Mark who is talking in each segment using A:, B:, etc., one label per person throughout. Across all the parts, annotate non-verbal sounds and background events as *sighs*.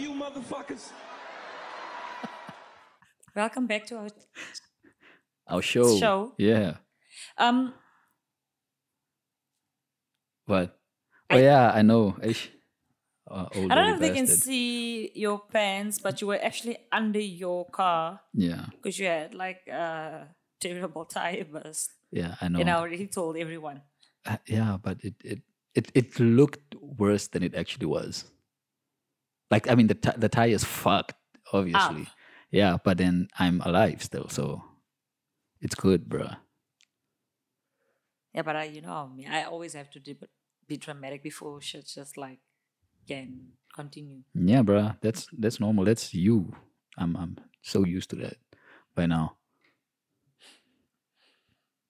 A: motherfuckers.
B: Welcome back to our
C: Our show.
B: Show.
C: Yeah.
B: um
C: What? Oh yeah, I know. Eish. Uh, old
B: I don't know
C: lady
B: if they can
C: bastard.
B: see your pants, but you were actually under your car
C: Yeah.
B: because you had like a terrible tire burst.
C: Yeah, I know.
B: And I already told everyone.
C: Uh, yeah, but it, it it it looked worse than it actually was. Like I mean, the ti the tie is fucked, obviously.
B: Ah.
C: Yeah, but then I'm alive still, so it's good, bruh.
B: Yeah, but I, you know me, I always have to do, be dramatic before shit just like can continue.
C: Yeah, bruh. That's that's normal. That's you. I'm I'm so used to that by now.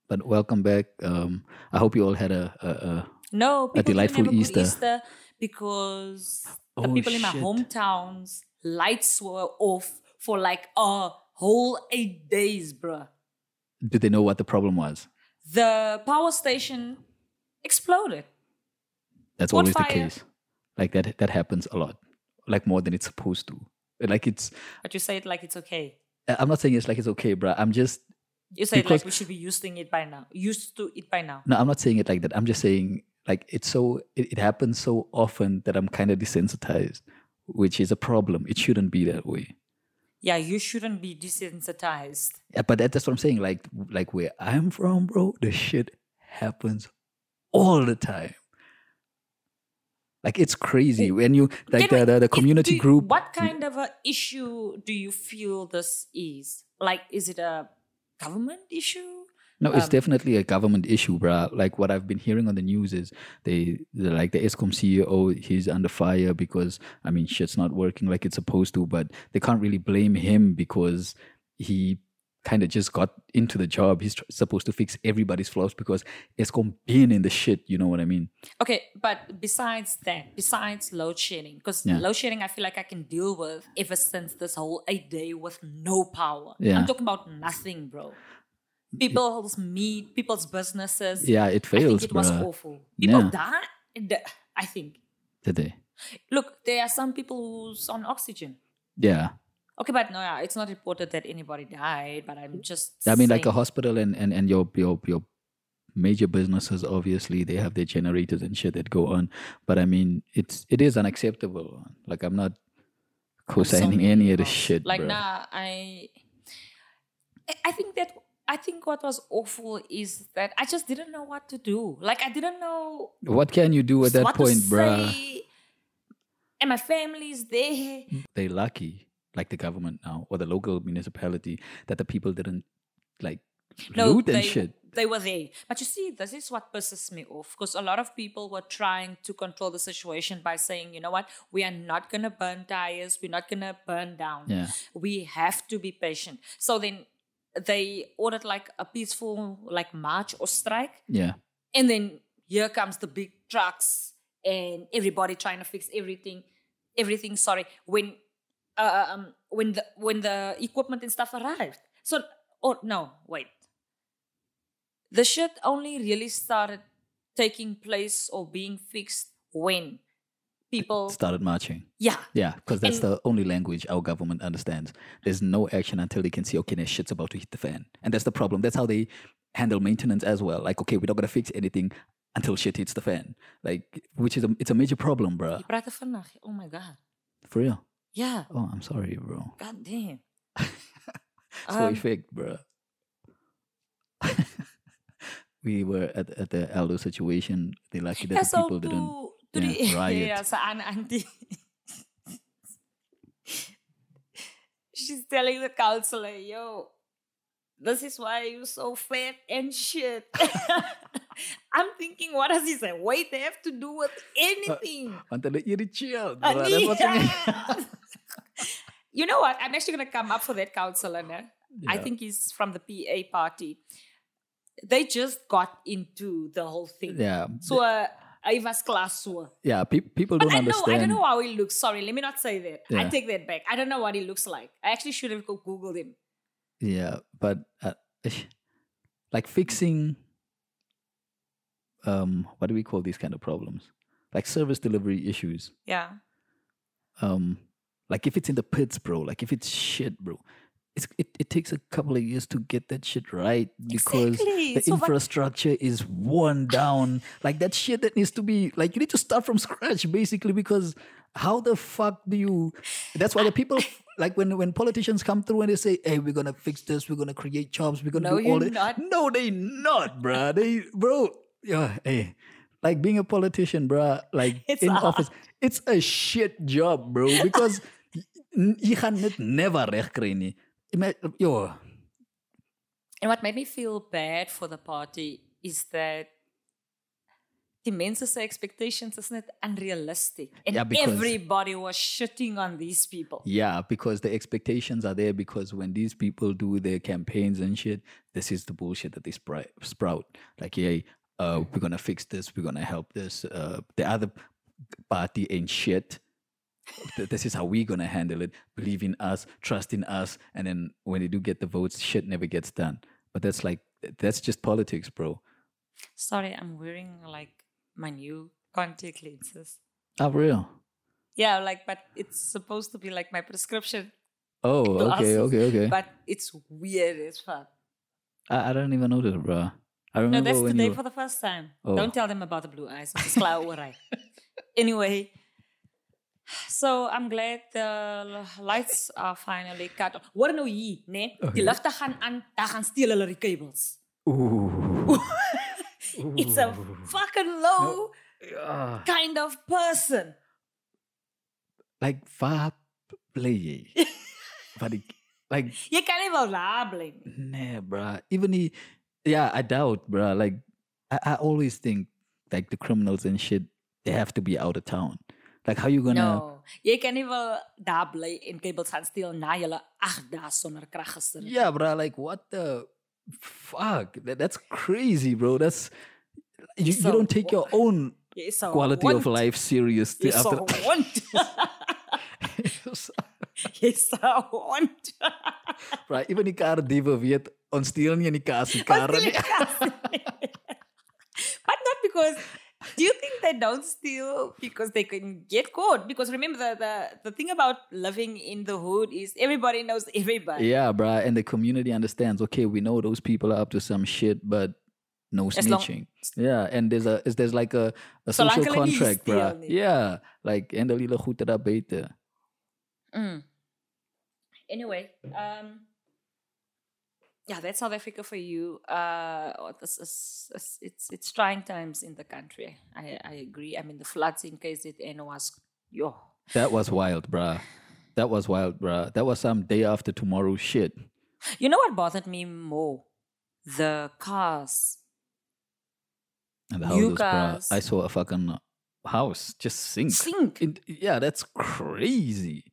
C: But welcome back. Um, I hope you all had a, a, a
B: No, people
C: delightful
B: can have
C: Easter.
B: A good Easter because the
C: Oh,
B: people in my
C: shit.
B: hometowns lights were off for like a whole eight days, bruh.
C: did they know what the problem was?
B: The power station exploded.
C: That's
B: Caught
C: always the
B: fire.
C: case. Like that that happens a lot. Like more than it's supposed to. Like it's
B: But you say it like it's okay.
C: I- I'm not saying it's like it's okay, bruh. I'm just
B: You say it
C: Because-
B: like we should be using it by now. Used to it by now.
C: no, I'm not saying it like that. I'm just saying like it's so it, it happens so often that I'm kind of desensitized, which is a problem. It shouldn't be that way.
B: Yeah, you shouldn't be desensitized.
C: Yeah, but that, that's what I'm saying. Like like where I'm from, bro, the shit happens all the time. Like it's crazy when you
B: Can
C: like the,
B: we-
C: the, the
B: if-
C: community
B: do you-
C: group.
B: What kind of a issue do you feel this is? Like, is it a government issue?
C: No, it's
B: Um,
C: definitely a government issue, bruh. Like what I've been hearing on the news is they the- like the ESCOM CEO, he's under fire because I mean shit's not working like it's supposed to, but they can't really blame him because he kind of just got into the job. He's tr- supposed to fix everybody's flaws because ESCOM been in the shit. You know what I mean?
B: Okay, but besides that, besides load shedding, because
C: Yeah.
B: load shedding I feel like I can deal with ever since this whole eight day with no power.
C: Yeah.
B: I'm talking about nothing, bro. People's meat, people's businesses.
C: Yeah, it
B: I
C: fails,
B: think it was
C: bruh.
B: awful. People
C: Yeah.
B: died. I think.
C: Did they?
B: Look, there are some people who's on oxygen.
C: Yeah,
B: Okay, but no, yeah, it's not reported that anybody died, but I'm just.
C: I mean, like a
B: saying-
C: hospital and and and your your your major businesses obviously they have their generators and shit that go on but i mean it's it is unacceptable like i'm not co-signing
B: many
C: any of the
B: emails.
C: shit
B: Like
C: bruh.
B: nah, I I- I think that I think what was awful is that I just didn't know what to do. Like I didn't know
C: what can you do at that
B: what
C: point
B: to
C: bruh
B: say. And my family's there.
C: they're lucky like the government now or the local municipality that the people didn't like loot
B: they,
C: and shit
B: They were there. But you see, this is what pisses me off because a lot of people were trying to control the situation by saying, you know what, we are not going to burn tires, we're not going to burn down.
C: Yeah.
B: We have to be patient. So then they ordered like a peaceful like march or strike
C: yeah
B: and then here comes the big trucks and everybody trying to fix everything everything sorry when uh, um when the when the equipment and stuff arrived so oh no wait the shit only really started taking place or being fixed when people
C: started marching
B: yeah
C: yeah because that's
B: And-
C: the only language our government understands there's no action until they can see okay their shit's about to hit the fan and that's the problem that's how they handle maintenance as well like okay we're not going to fix anything until shit hits the fan like which is a it's a major problem bro
B: Jy praat te vinnig. oh my god
C: for real
B: yeah
C: oh i'm sorry bro
B: god damn
C: So
B: Um,
C: effect, bruh. *laughs* we were at, at the Aldo situation. They lucky that
B: yeah,
C: the
B: so
C: people didn't.
B: to, to
C: yeah,
B: the,
C: riot.
B: Yeah, so Anna Auntie. She's telling the counselor, yo, this is why you're so fat and shit. I'm thinking, what does this weight have to do with anything?
C: Until they eat chill,
B: Uh,
C: bruh. That's what I mean.
B: yeah. you know what? I'm actually going to come up for that counselor. No? I
C: Yeah.
B: think he's from the PA party. They just got into the whole thing.
C: Yeah,
B: So uh, hy was klas so.
C: yeah. Pe- people
B: But
C: don't
B: *laughs* I know I
C: understand.
B: don't know how he looks. Sorry, let me not say that. I
C: Yeah.
B: take that back. I don't know what he looks like. I actually should have go- googled him.
C: Yeah, but uh, *laughs* like fixing, um, what do we call these kind of problems? Like service delivery issues.
B: Yeah.
C: Um, Like if it's in the pits, bro. Like if it's shit, bro. It's, it, it takes a couple of years to get that shit right because
B: Exactly.
C: the
B: So what-
C: infrastructure is worn down. like that shit that needs to be like you need to start from scratch basically because how the fuck do you? That's why the people like when when politicians come through and they say, "Hey, we're gonna fix this. We're gonna create jobs. We're gonna
B: No,
C: do all
B: you're
C: it."
B: not.
C: No, they not, bruh. They bro, yeah, hey. Like being a politician, bruh, like
B: It's
C: in
B: hard.
C: office, it's a shit job, bro. Because n- je gaat het never recht krijgen. nie. Ima- Yo,
B: And what made me feel bad for the party is that the men's expectations is not unrealistic. And
C: Yeah, because-
B: everybody was shitting on these people.
C: yeah, because the expectations are there. Because when these people do their campaigns and shit, this is the bullshit that they spri- sprout. Like, yeah, uh, we're gonna fix this. We're gonna help this. Uh, the other party ain't shit. Th- this is how we're gonna handle it. Believe in us, trust in us, and then when they do get the votes, shit never gets done. But that's like that's just politics, bro.
B: Sorry, I'm wearing like my new contact lenses.
C: Oh, real.
B: Yeah, like, but it's supposed to be like my prescription,
C: Oh, okay,
B: Glasses,
C: okay, okay.
B: but it's weird as fuck.
C: I, I don't even know this, bro. I remember
B: No, that's
C: when
B: today
C: you.
B: for the first time.
C: Oh.
B: Don't tell them about the blue eyes. It's clear all
C: *laughs*
B: right. Anyway, so I'm glad the lights are finally cut. off. What nou hier, né?
C: Oh,
B: Die ligte gaan aan, daar gaan steel hulle die cables.
C: Ooh.
B: It's a fucking low
C: Ah,
B: kind of person.
C: like far
B: *laughs*
C: play. but it, like
B: Jy kan nie wel daar bly nie.
C: nah, bruh. Even he, yeah, I doubt, bruh. Like I, I always think like the criminals and shit, they have to be out of town. Like how you gonna?
B: No. Jy kan nie wel daar bly en cables gaan steel na julle ag dae sonder krag gesin. het.
C: Yeah, bruh. Like what the fuck? That, that's crazy, bro. That's you,
B: So
C: you don't take your own
B: Jy is so
C: quality of
B: want.
C: life seriously
B: Jy is so
C: *laughs* after.
B: want. Jy's so hond.
C: *laughs* Right, even die kar diewe weet ons steel nie in die kas
B: *laughs*
C: die karre nie.
B: but not because do you think they don't steal because they can get caught? Because remember the, the, the thing about living in the hood is everybody knows everybody.
C: Yeah, bruh, and the community understands. Okay, we know those people are up to some shit, but no
B: As long-
C: snitching. yeah, and there's a is there's like a, a
B: Solange
C: social
B: hulle nie
C: contract,
B: steel
C: bruh.
B: nie.
C: Yeah, like en hulle goed dat beter.
B: Mm. Anyway, um, yeah, that's South Africa for you. Uh, oh, this is, it's- it's it's trying times in the country. I, I agree. I mean, the floods in KZN was yo.
C: That was wild, bruh. That was wild, bruh. That was some day after tomorrow shit.
B: You know what bothered me more? The cars.
C: And the
B: You
C: houses, bruh.
B: guys-
C: I saw a fucking house just sink.
B: Sink.
C: It- yeah, that's crazy.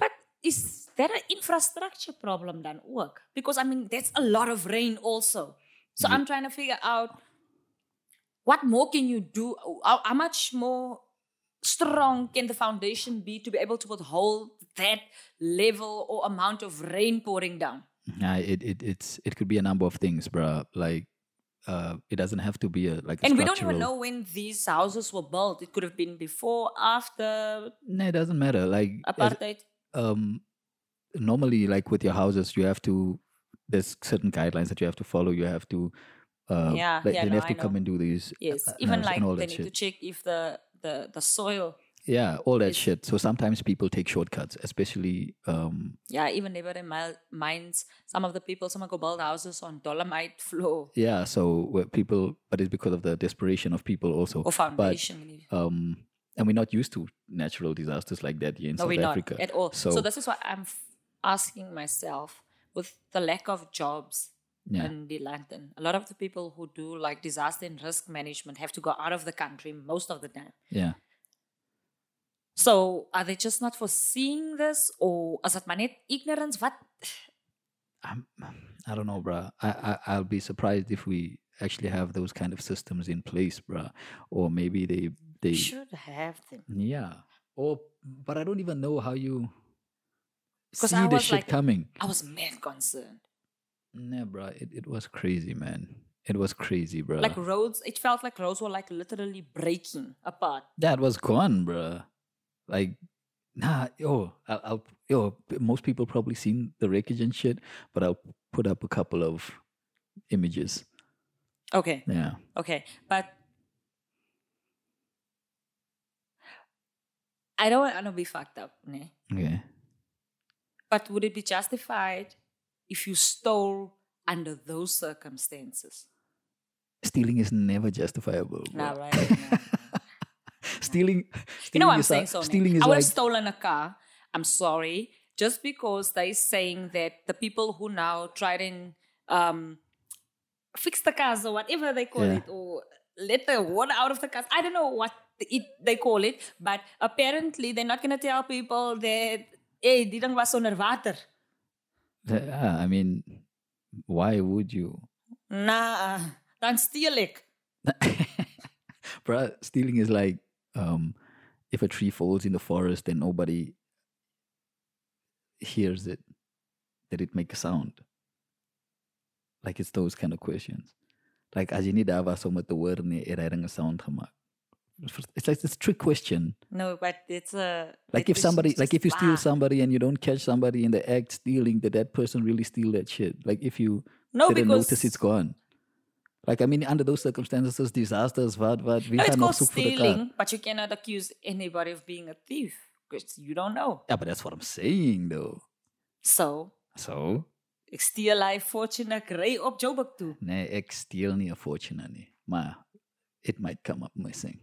B: But is that an infrastructure problem dan ook? Because I mean, that's a lot of rain also. So I'm trying to figure out what more can you do? How, how much more strong can the foundation be to be able to withhold that level or amount of rain pouring down?
C: Nah, it, it it's it could be a number of things, bruh. Like uh it doesn't have to be a like a
B: And we don't even
C: structural-
B: know when these houses were built. It could have been before, after
C: No, it doesn't matter. Like as-
B: apartheid.
C: um normally like with your houses you have to there's certain guidelines that you have to follow. You have to uh
B: Yeah,
C: like,
B: yeah,
C: they
B: no,
C: have
B: I
C: to come
B: know.
C: and do these
B: Yes,
C: uh,
B: even
C: analysis
B: like
C: and all
B: they
C: that
B: need to
C: shit.
B: check if the the the soil.
C: yeah, all that
B: is-
C: shit. So sometimes people take shortcuts, especially um
B: Yeah, even neighboring mil- mines. Some of the people, some go build houses on dolomite floor
C: yeah, so where people but it's because of the desperation of people also.
B: or foundation.
C: um and we're not used to natural disasters like that here in
B: no,
C: South
B: we're
C: Africa.
B: not at all. So,
C: So-
B: this is what I'm f- asking myself with the lack of jobs
C: Yeah.
B: in the London. A lot of the people who do like disaster and risk management have to go out of the country most of the time.
C: Yeah.
B: So are they just not foreseeing this, or is it my net ignorance? What? *sighs*
C: I'm, I don't know, bruh. I, I I'll be surprised if we actually have those kind of systems in place, bruh. Or maybe they they Mm.
B: We should have them.
C: yeah. Or but I don't even know how you
B: 'Cause
C: see
B: I
C: the
B: was
C: shit
B: like-
C: coming.
B: I was mad concerned.
C: Nah, bruh. It, it was crazy, man. It was crazy, bruh.
B: like roads it felt like roads were like literally breaking apart
C: that was gone, bruh. Like Nah, yo, I'll, I'll yo. Most people probably seen the wreckage and shit, but I'll put up a couple of images.
B: Okay.
C: Yeah,
B: Okay, but I don't want to be fucked up, ne?
C: okay.
B: But would it be justified if you stole under those circumstances?
C: Stealing is never justifiable. bro.
B: Nah, right? nah.
C: *laughs*
B: *laughs*
C: stealing, stealing.
B: you know what I'm
C: is
B: saying?
C: like-
B: So, ne?
C: stealing is
B: I would have
C: like
B: stolen a car. I'm sorry, just because they saying that the people who now tried and um, fix the cars or whatever they call
C: Yeah.
B: it, or let the water out of the cars. I don't know what it, they call it, but apparently they're not gonna tell people that hey, didn't was onder water.
C: Yeah, I mean, why would you? *laughs*
B: Nah, don't steal it.
C: Bruh, stealing is like um, if a tree falls in the forest and nobody hears it, did it make a sound? Like it's those kind of questions. Like ajini dava somat ne erarang a sound hamak. It's like this trick question.
B: No, but it's a
C: Like
B: it
C: if
B: is
C: somebody, like
B: just
C: if you steal
B: bad.
C: somebody and you don't catch somebody in the act stealing, did that person really steal that shit? Like if you
B: no,
C: didn't
B: Oh, because
C: notice it's gone. Like I mean, under those circumstances, disasters, what, what, we
B: No, Oh, it's
C: gaan op
B: called
C: zoek voor de kaart.
B: stealing, but you cannot accuse anybody of being a thief because you don't know.
C: Yeah, but that's what I'm saying though.
B: So,
C: So,
B: ik steal life fortune, ek ry op Joburg toe.
C: nee, ik steal niet een fortune nie, maar it might come up missing.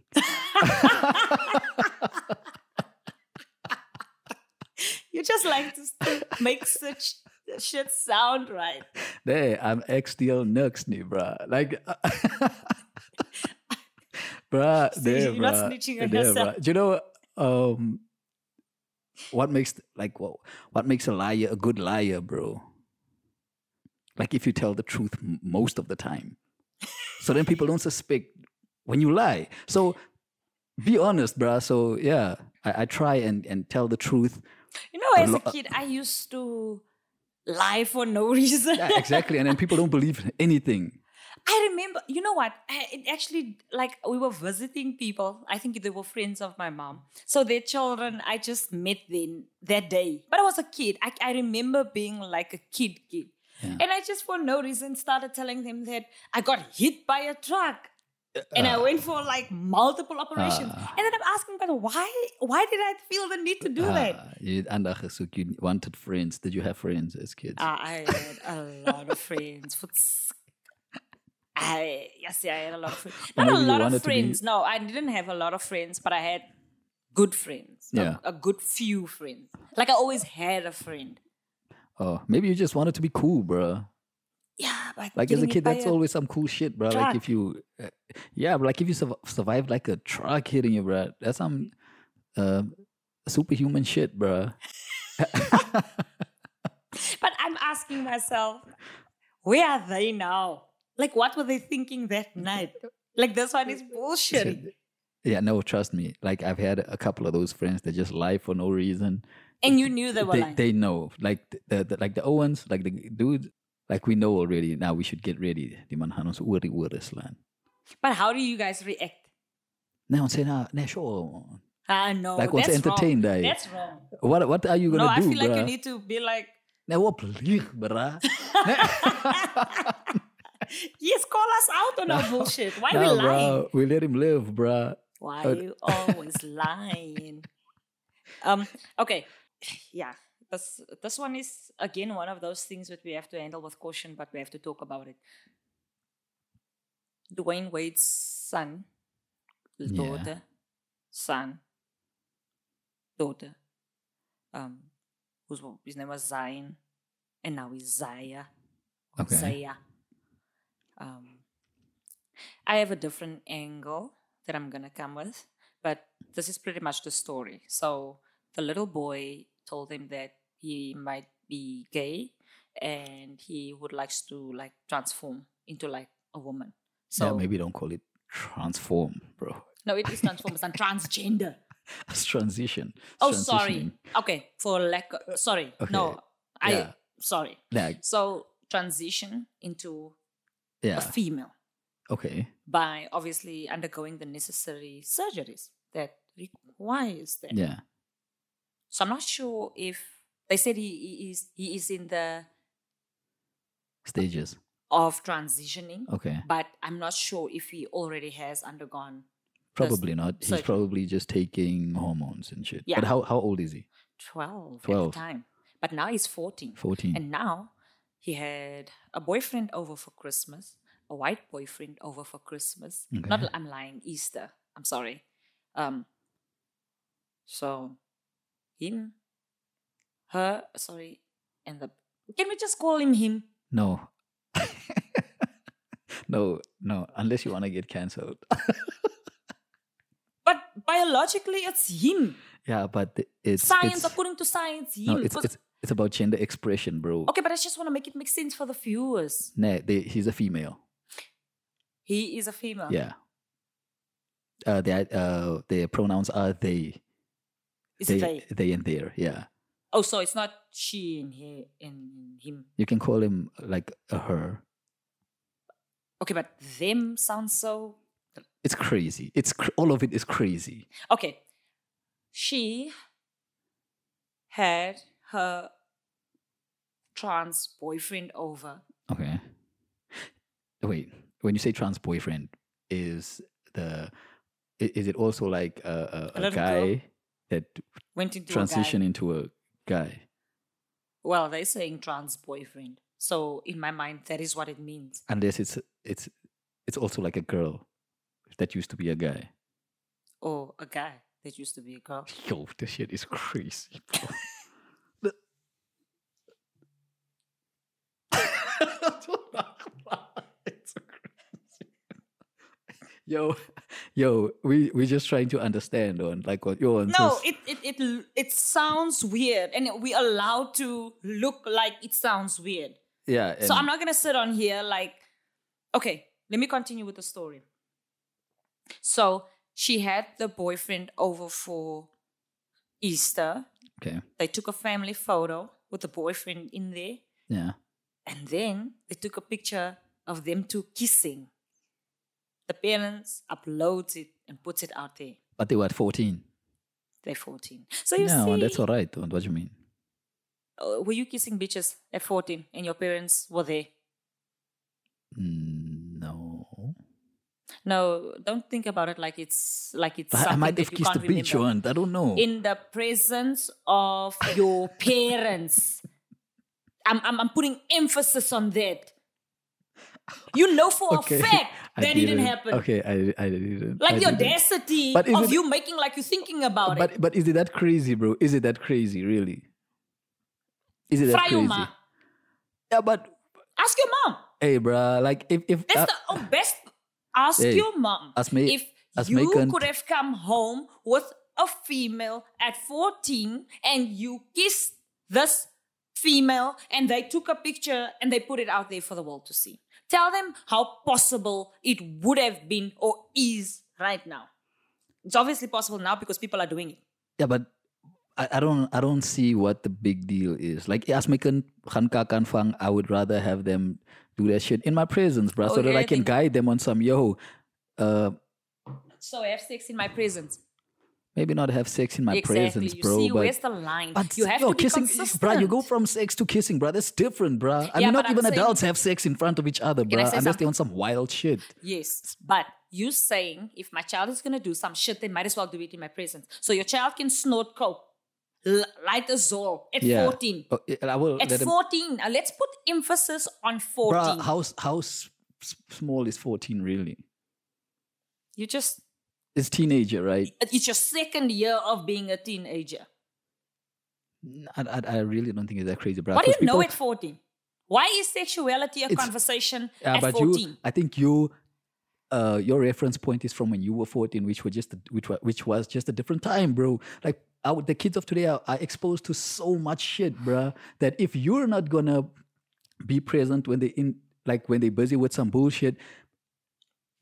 B: You just like to st- *laughs* make such shit sound right.
C: Nee, I'm ik steal niks nie, bruh. Like *laughs* bruh,
B: See,
C: nee,
B: you're not
C: bruh.
B: snitching on
C: Nee,
B: yourself.
C: bruh. Do you know um what makes like what, what makes a liar a good liar, bro? Like if you tell the truth m- most of the time. So then people don't suspect when you lie. So be honest, bruh. So yeah, I, I try and, and tell the truth.
B: You know, as
C: lo-
B: a kid, I used to lie for no *laughs* reason.
C: Yeah, exactly. and then people don't believe anything.
B: I remember, you know what? I, it actually, like, we were visiting people. I think they were friends of my mom. So their children, I just met them that day. But I was a kid. I, I remember being like a kid, kid. And I just, for no reason, started telling them that I got hit by a truck. And I went for like multiple operations. and then I'm asking, but why? Why did I feel the need to do that?
C: Ah, you had aandag gesoek, you wanted friends. Did you have friends as kids?
B: Uh, I had a lot of friends. What's- I yes, yeah, I had a er lot of friends. Not a
C: maybe you
B: lot
C: wanted
B: of
C: to be-
B: friends. No, I didn't have a lot of friends, but I had good friends. A-
C: Yeah.
B: a, good few friends. Like I always had a friend.
C: oh, maybe you just wanted to be cool, bruh.
B: Yeah, but
C: Like as
B: getting
C: a
B: hit
C: kid,
B: by
C: that's
B: a-
C: always some cool shit, bruh. Like
B: truck.
C: if you, uh, yeah, but like if you sur- survived like a truck hitting you, bruh, that's some uh, superhuman shit, bruh.
B: *laughs* But I'm asking myself, where are they now? Like, what were they thinking that night? Like this one is bullshit.
C: Yeah, no, trust me. Like I've had a couple of those friends that just lie for no reason.
B: And you knew they were
C: they,
B: lying.
C: they know like th- the, the like the Owens like the dude like we know already now we should get ready die man gaan ons oor die ore slaan
B: but how do you guys react?
C: nee ons sê nou nee sure man.
B: Ah, no,
C: Like, what's
B: that's
C: entertained,
B: wrong.
C: I-
B: That's wrong.
C: what what are you
B: No,
C: gonna
B: I
C: do
B: feel like you
C: bruh?
B: need to be like,
C: nee op lieg bruh
B: yes, call us out on *laughs* our bullshit. Why
C: no
B: we lying?
C: bruh we let him live bruh
B: Why are *laughs* you always lying? Um. Okay. *sighs* Yeah. This this one is again one of those things that we have to handle with caution, but we have to talk about it. Dwayne Wade's son, daughter, son, daughter. Um, whose his name was Zion, and now he's Zaya.
C: okay
B: So yeah. Um, I have a different angle that I'm gonna come with, but this is pretty much the story. So the little boy told him that he might be gay and he would likes to like transform into like a woman. So
C: yeah, maybe don't call it transform bro *laughs*
B: no, it is transform, it's not transgender.
C: it's transition It's
B: Oh sorry.
C: transitioning.
B: Okay, for lack of, sorry.
C: Okay,
B: No, I
C: yeah.
B: sorry.
C: like
B: So transition into a
C: yeah
B: female.
C: okay
B: by obviously undergoing the necessary surgeries that requires that.
C: yeah
B: So I'm not sure if they said he, he is he is in the
C: Stages.
B: of transitioning,
C: Okay.
B: but I'm not sure if he already has undergone
C: Probably not. He's
B: surgery.
C: probably just taking hormones and shit.
B: Yeah.
C: But how, how old is he?
B: 12, at
C: 12.
B: the time. But now he's 14.
C: 14.
B: And now he had a boyfriend over for Christmas, a white boyfriend over for Christmas. Not,
C: Okay.
B: I'm lying, Easter. I'm sorry. Um, so, him, her, sorry, and the. Can we just call him him?
C: no. *laughs* no, no. Unless you want to get cancelled.
B: But biologically, it's him.
C: *laughs* yeah, but it's.
B: science,
C: it's,
B: according to science, him.
C: no, it's,
B: 'Cause-
C: it's, it's about gender expression, bro.
B: okay, but I just want to make it make sense for the viewers.
C: Nah, they, he's a female.
B: He is a female.
C: Yeah. Uh, their uh, their pronouns are they,
B: Is
C: they,
B: it they?
C: they and their. Yeah,
B: Oh, so it's not she and he and him.
C: you can call him like a her.
B: Okay, but them sounds so.
C: It's crazy. It's cr- all of it is crazy.
B: Okay, she had her trans boyfriend over.
C: Okay. Wait, when you say trans boyfriend, is the i- is it also like a,
B: A
C: a, a
B: little
C: guy
B: girl.
C: that
B: Went into
C: transition
B: A guy.
C: into a guy?
B: Well, they're saying trans boyfriend. So in my mind, that is what it means.
C: Unless it's it's it's also like a girl that used to be a guy.
B: Or Oh, a guy that used to be a girl.
C: *laughs* Yo, this shit is crazy. bro. *laughs* The- It's crazy. yo, yo, we we just trying to understand on like what you're on.
B: No, it it, it l- it sounds weird, and we allowed to look like it sounds weird.
C: yeah.
B: so
C: and-
B: I'm not gonna sit on here like, okay, let me continue with the story. So she had the boyfriend over for Easter.
C: okay.
B: They took a family photo with the boyfriend in there,
C: Yeah.
B: and then they took a picture of them two kissing. The parents uploads it and puts it out there.
C: But they were at 14.
B: They're 14. So you
C: no,
B: see,
C: that's all right. What do you mean?
B: uh, were you kissing bitches at 14 and your parents were there?
C: Mm, No.
B: No, don't think about it like it's like it's.
C: But I
B: something
C: might
B: that
C: have
B: you
C: kissed a
B: can't
C: bitch
B: remember.
C: once. I don't know.
B: in the presence of
C: *laughs*
B: your parents. I'm, I'm, I'm putting emphasis on
C: *laughs*
B: that. You know for
C: Okay, *laughs*
B: a fact
C: I
B: that didn't, happen.
C: Okay, I, I didn't.
B: Like
C: I
B: the
C: didn't.
B: audacity
C: But is
B: of
C: it-
B: you making like you're thinking about it.
C: But but is it that crazy, bro? Is it that crazy, really? Is it that
B: Fry your
C: crazy?
B: mom.
C: Yeah, but
B: Ask your mom.
C: hey, bruh, like if if
B: That's
C: uh,
B: the oh, best. Ask
C: hey,
B: your mom.
C: as me-
B: if
C: as
B: you
C: me can't-
B: could have come home with a female at 14 and you kissed this female and they took a picture and they put it out there for the world to see. Tell them how possible it would have been or is right now. It's obviously possible now because people are doing it.
C: yeah, but I, I don't I don't see what the big deal is. Like as my kan gaan kak aanvang, I would rather have them do that shit in my presence, bruh, so
B: Oh,
C: that I
B: really?
C: can guide them on some yo. Uh,
B: So have sex in my presence.
C: maybe not have sex in my
B: exactly.
C: presence,
B: you
C: bro.
B: see,
C: but
B: where's the line?
C: But
B: you have to
C: yo,
B: be
C: kissing,
B: consistent.
C: bruh, you go from sex to kissing, bruh. That's different, bruh. I
B: Yeah,
C: mean,
B: but
C: not
B: I'm
C: even
B: saying-
C: adults have sex in front of each other,
B: Can I
C: bruh,
B: say
C: unless they want some wild shit.
B: Yes, but you saying if my child is gonna do some shit, they might as well do it in my presence. So your child can snort coke, l- light a Zol at
C: Yeah.
B: 14.
C: Oh, yeah, I will
B: At
C: let him-
B: 14, now let's put emphasis on 14.
C: bruh, how, s- how s- s- small is 14 really?
B: you just
C: It's teenager, right?
B: it's your second year of being a teenager.
C: I, I, I really don't think it's that crazy, bruh.
B: what do you
C: 'cause
B: know
C: people-
B: at 14? Why is sexuality a
C: It's-
B: conversation
C: Yeah,
B: at
C: but
B: 14?
C: you, I think you, uh, your reference point is from when you were 14, which were just which was which was just a different time, bro. Like our, the kids of today are, are exposed to so much shit, bruh, that if you're not gonna be present when they in like when they busy with some bullshit,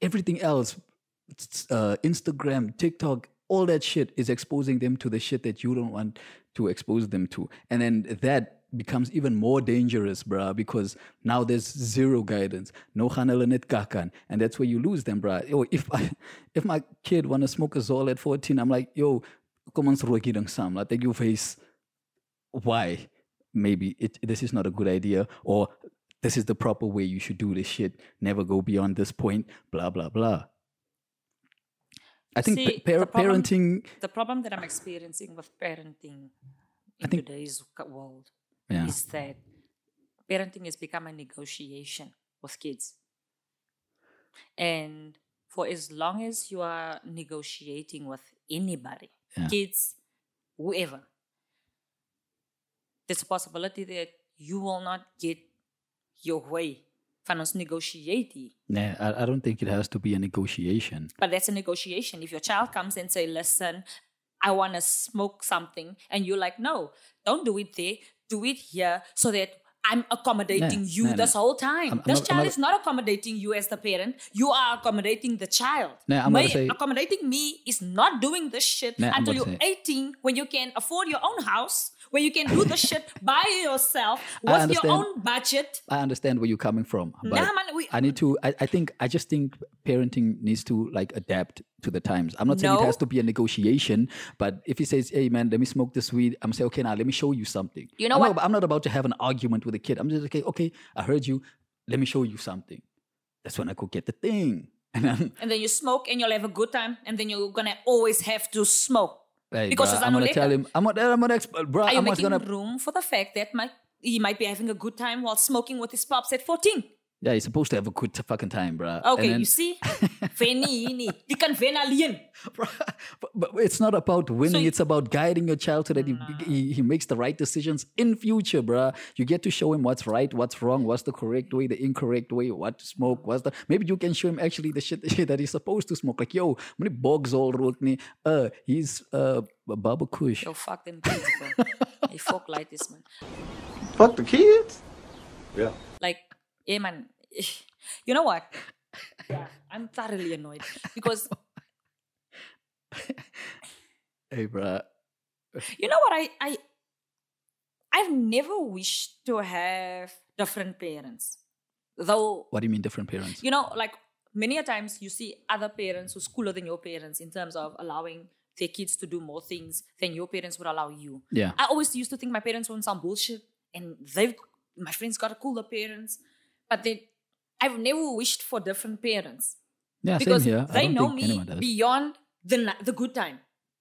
C: everything else, s- uh, Instagram, TikTok. All that shit is exposing them to the shit that you don't want to expose them to. And then that becomes even more dangerous, bruh, because now there's zero guidance. No hanelenet kakan. And that's where you lose them, bruh. Yo, if I, if my kid wanna smoke a Zol at 14, I'm like, yo, common rogidang sam la take your face why maybe it, this is not a good idea or this is the proper way you should do this shit never go beyond this point blah blah blah i think
B: See,
C: pa-
B: the
C: par-
B: problem-
C: parenting
B: The problem that I'm experiencing with parenting in
C: think-
B: today's cu- world
C: yeah
B: is that parenting has become a negotiation with kids. And for as long as you are negotiating with anybody,
C: Yeah.
B: kids, whoever, there's a possibility that you will not get your way. Van ons negotiate hier.
C: nah, I, I don't think it has to be a negotiation
B: But that's a negotiation. If your child comes and say, "Listen, I want to smoke something," and you're like, "No, don't do it there. Do it here," so that I'm accommodating
C: No,
B: you
C: no, no.
B: this whole time.
C: I'm- I'm
B: this
C: not- I'm
B: child
C: not-
B: is not accommodating you as the parent. You are accommodating the child.
C: No, I'm gonna
B: Me-
C: say-
B: accommodating me is not doing this shit
C: No, I'm
B: until
C: gonna
B: you're 18, when you can afford your own house, where you can do the shit by yourself
C: *laughs* I
B: with your
C: understand.
B: own budget.
C: i understand where you're coming from but
B: Nah, man, we,
C: I need to. I, I think. I just think parenting needs to like adapt to the times. I'm not saying
B: No.
C: it has to be a negotiation, but if he says, "Hey, man, let me smoke this weed," I'm saying, "Okay, now let me show you something."
B: You know what-
C: I'm Not, I'm not about to have an argument with a kid. I'm just okay. Okay, I heard you. Let me show you something. That's when I go get the thing, and I'm
B: and then you smoke and you'll have a good time and then you're gonna always have to smoke
C: like,
B: Because
C: bruh,
B: it's
C: I'm
B: not
C: gonna
B: legal.
C: tell him. I'm not. I'm not. Exp- bro,
B: are you
C: I'm not
B: making
C: gonna.
B: room for the fact that my, he might be having a good time while smoking with his pops at 14
C: Yeah, he's supposed to have a good t- fucking time, bro.
B: okay you see Veni ini ikan ven alien
C: Bruh, *laughs* but, but it's not about winning.
B: you-
C: it's about guiding your child so that he, he, he makes the right decisions in future, bruh. You get to show him what's right, what's wrong, what's the correct way, the incorrect way, what to smoke, what's the. Maybe you can show him actually the shit, *laughs* that he's supposed to smoke. Like, yo, many bogs all rook ni. Uh, he's uh, Baba Kush.
B: yo fuck them kids bro they fuck like this man
A: Fuck the kids? Yeah.
B: like yeah man you know what yeah, I'm thoroughly annoyed because
C: Hey, bruh.
B: you know what I I I've never wished to have different parents though
C: What do you mean, different parents?
B: you know like many a times you see other parents who's cooler than your parents in terms of allowing their kids to do more things than your parents would allow you
C: Yeah.
B: i always used to think my parents were on some bullshit and they've my friends got cooler parents but then i've never wished for different parents
C: Yeah,
B: because
C: Ah, same here. I
B: they
C: don't
B: know
C: think
B: me
C: anyone does.
B: beyond the, ni- the good time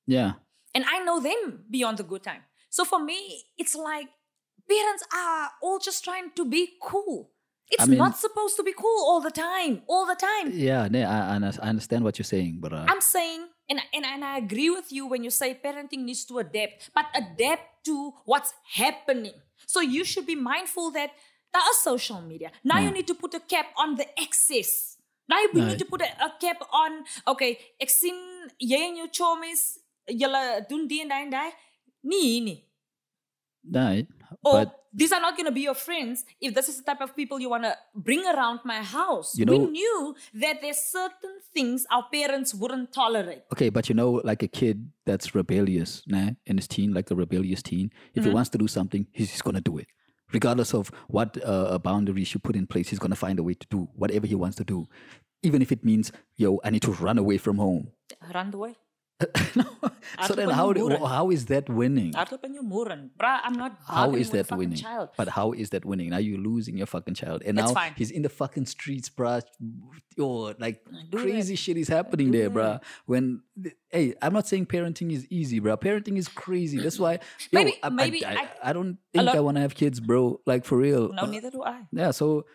C: yeah.
B: and I know them beyond the good time. So for me, it's like parents are all just trying to be cool. It's
C: I mean-
B: not supposed to be cool all the time, all the time.
C: Yeah, nah, I, I under- I understand what you're saying, but uh,
B: I'm saying, and, and, and I agree with you when you say parenting needs to adapt, but adapt to what's happening. So you should be mindful that there are social media. Now you
C: Yeah.
B: need to put a cap on the excess. Now you
C: No.
B: need to put a, a cap on, okay, exin jy en jou chommies, julle doen die en die en die. Nee, nee.
C: nah,
B: Or
C: but
B: Oh, these are not going to be your friends if this is the type of people you want to bring around my house.
C: You
B: we
C: know-
B: knew that there's certain things our parents wouldn't tolerate.
C: Okay, but you know, like a kid that's rebellious, nah, in his teen, like the rebellious teen, if
B: Mm-hmm.
C: he wants to do something, he's just gonna do it, regardless of what uh, boundaries you put in place. He's gonna find a way to do whatever he wants to do, even if it means, yo, I need to run away from home.
B: Run away.
C: so then,
B: Hardlopen
C: how
B: jou moeder.
C: how is that winning?
B: Hardloop en jou moeren. Bruh, I'm not
C: How
B: bargaining
C: is
B: with a
C: that
B: fucking
C: winning?
B: child.
C: But how is that winning? Now you're losing your fucking child, and
B: It's
C: now
B: fine.
C: he's in the fucking streets, bruh. Yo, like
B: Do
C: crazy shit is happening
B: Do
C: there,
B: it.
C: bruh. When th- hey, I'm not saying parenting is easy, bruh. Parenting is crazy. That's why yo,
B: Maybe-
C: I, I-
B: maybe
C: I,
B: I-
C: I don't think
B: lot-
C: I want to have kids, bro. Like for real.
B: No,
C: Uh,
B: neither do I.
C: yeah. So,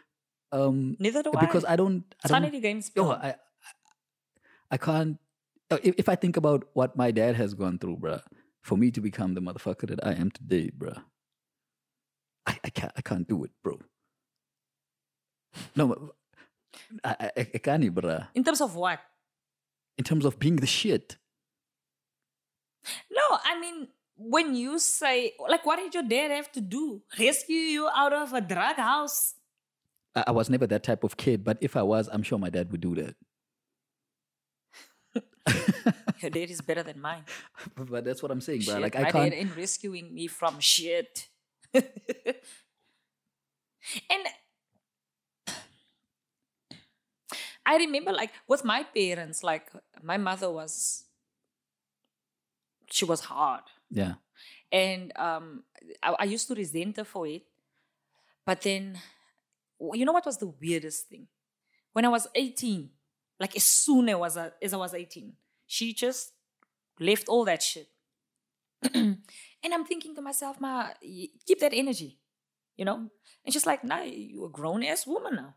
C: um,
B: Neither do
C: because
B: I.
C: I don't, I
B: It's
C: don't
B: Sanity games.
C: yo,
B: bro.
C: I, I- I can't. uh, If, if I think about what my dad has gone through, bruh, for me to become the motherfucker that I am today, bruh, I, I can't, I can't do it, bro. No, but I, I, I- I can't, bruh.
B: In terms of what?
C: In terms of being the shit,
B: No, I mean, when you say, like, what did your dad have to do? Rescue you out of a drug house?
C: I, I was never that type of kid. But if I was, I'm sure my dad would do that. *laughs*
B: Your dad is better than mine.
C: But, but that's what I'm saying, bruh.
B: Shit,
C: Like I
B: my
C: can't.
B: dad in rescuing me from shit. *laughs* and I remember, like, with my parents, like, my mother was she was hard.
C: Yeah.
B: And um, I, I used to resent her for it. But then, you know what was the weirdest thing? When I was 18, like as soon as I was, as I was 18, she just left all that shit. *clears throat* and I'm thinking to myself, Ma, y- keep that energy, you know? And she's like, nah, you're a grown ass woman now.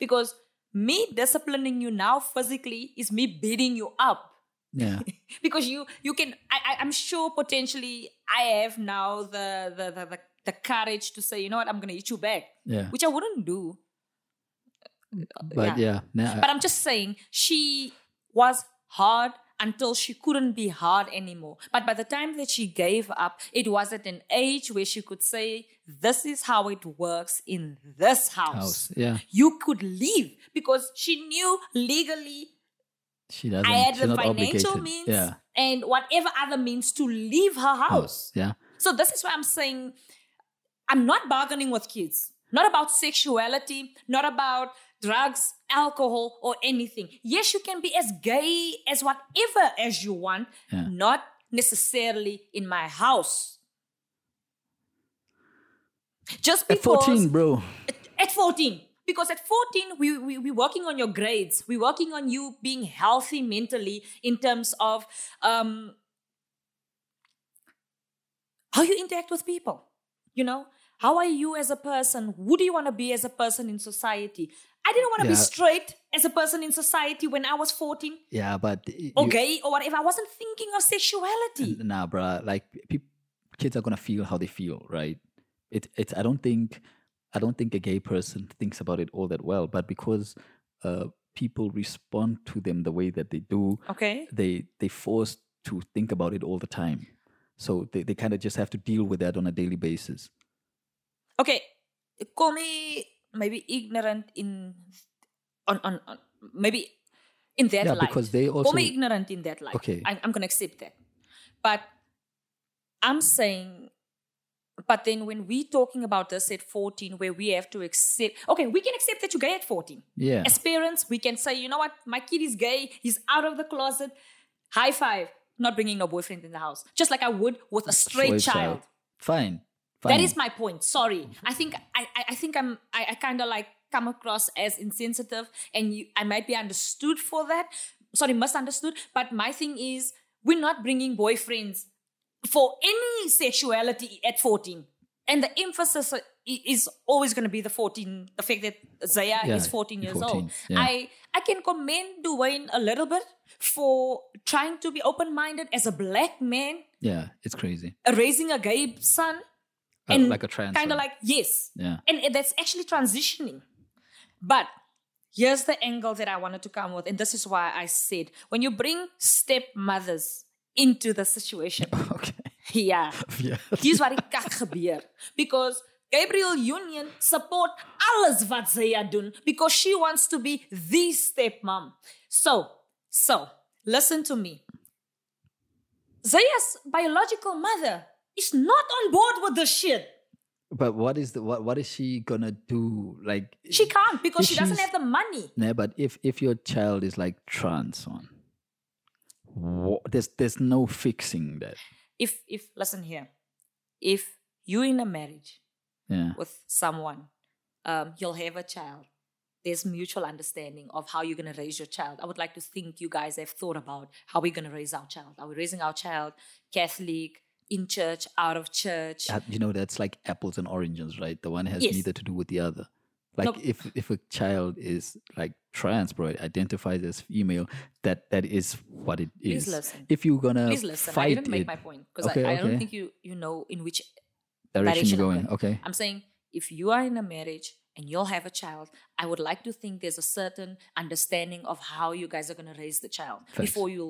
B: Because me disciplining you now physically is me beating you up
C: Yeah.
B: because you you can I, I i'm sure potentially i have now the the, the the the courage to say you know what i'm gonna hit you back *laughs*
C: Yeah.
B: which i wouldn't do
C: But yeah. nah, I-
B: but i'm just saying she was hard until she couldn't be hard anymore but by the time that she gave up it was at an age where she could say this is how it works in this
C: house. Yeah.
B: you could leave because she knew legally
C: She doesn't.
B: I had
C: she's
B: the
C: not
B: financial
C: obligated.
B: means
C: Yeah.
B: and whatever other means to leave her house.
C: House. Yeah.
B: So this is why I'm saying I'm not bargaining with kids. Not about sexuality, not about drugs, alcohol, or anything. Yes, you can be as gay as whatever as you want,
C: Yeah.
B: not necessarily in my house. Just
C: At
B: because
C: 14, bro.
B: at 14 because at 14 we, we we're working on your grades we're working on you being healthy mentally in terms of um how you interact with people you know how are you as a person who do you want to be as a person in society i didn't want to be
C: Yeah.
B: straight as a person in society when i was 14
C: Yeah, but. y-
B: or
C: you-
B: gay or whatever i wasn't thinking of sexuality
C: Nah, bruh. Like peop kids are gonna feel how they feel, right? It, it's. I don't think, I don't think a gay person thinks about it all that well. But because uh, people respond to them the way that they do,
B: okay
C: they they forced to think about it all the time. So they, they kind of just have to deal with that on a daily basis.
B: okay call me maybe ignorant in on on, on maybe in that
C: yeah,
B: light
C: because they also
B: call me ignorant in that light
C: Okay.
B: I, i'm gonna accept that but i'm saying but then when we talking about this at 14 where we have to accept okay we can accept that you're gay at 14
C: yeah
B: as parents we can say you know what my kid is gay he's out of the closet high five not bringing no boyfriend in the house just like i would with a straight
C: Straight
B: child
C: Fine, fine.
B: that is my point. Sorry, I think I, I, I think I'm I, I kind of like come across as insensitive, and you, I might be understood for that. Sorry, misunderstood. But my thing is, we're not bringing boyfriends for any sexuality at 14, and the emphasis uh, i- is always going to be the 14. The fact that Zaya
C: Yeah,
B: is 14 years
C: 14,
B: old.
C: yeah.
B: I I can commend Dwayne a little bit for trying to be open minded as a black man
C: yeah, it's crazy. *laughs*
B: raising a gay son
C: Uh,
B: and
C: like a trans.
B: kind of
C: one.
B: like yes
C: yeah,
B: and it- that's actually transitioning but here's the angle that i wanted to come with and this is why i said when you bring stepmothers into the situation *laughs*
C: okay,
B: yeah
C: yeah,
B: here's what it kan gebeur because Gabriel Union support alles wat sy ja doen because she wants to be the stepmom. So, so listen to me. Zaya's biological mother is not on board with this shit.
C: but what is the what? What is she gonna do? Like
B: She can't because she doesn't
C: She's-
B: have the money.
C: Nah, but if if your child is like trans on, wha- there's there's no fixing that.
B: If if listen here, if you're in a marriage
C: Yeah,
B: with someone, um, you'll have a child. There's mutual understanding of how you're going to raise your child. I would like to think you guys have thought about how we're going to raise our child. Are we raising our child Catholic, in church, out of church?
C: That- you know that's like apples and oranges, right? The one has
B: Yes.
C: neither to do with the other. Like
B: No.
C: if if a child is like trans, bro, identifies as female, that that is what it
B: Please
C: is.
B: listen.
C: If you're gonna
B: Please listen. I
C: fight
B: didn't make
C: it,
B: my point because
C: Okay,
B: I, I
C: okay.
B: don't think you you know in which
C: direction you're
B: direction
C: going,
B: I'm
C: okay?
B: I'm saying if you are in a marriage and you'll have a child, I would like to think there's a certain understanding of how you guys are going to raise the child
C: Facts.
B: before you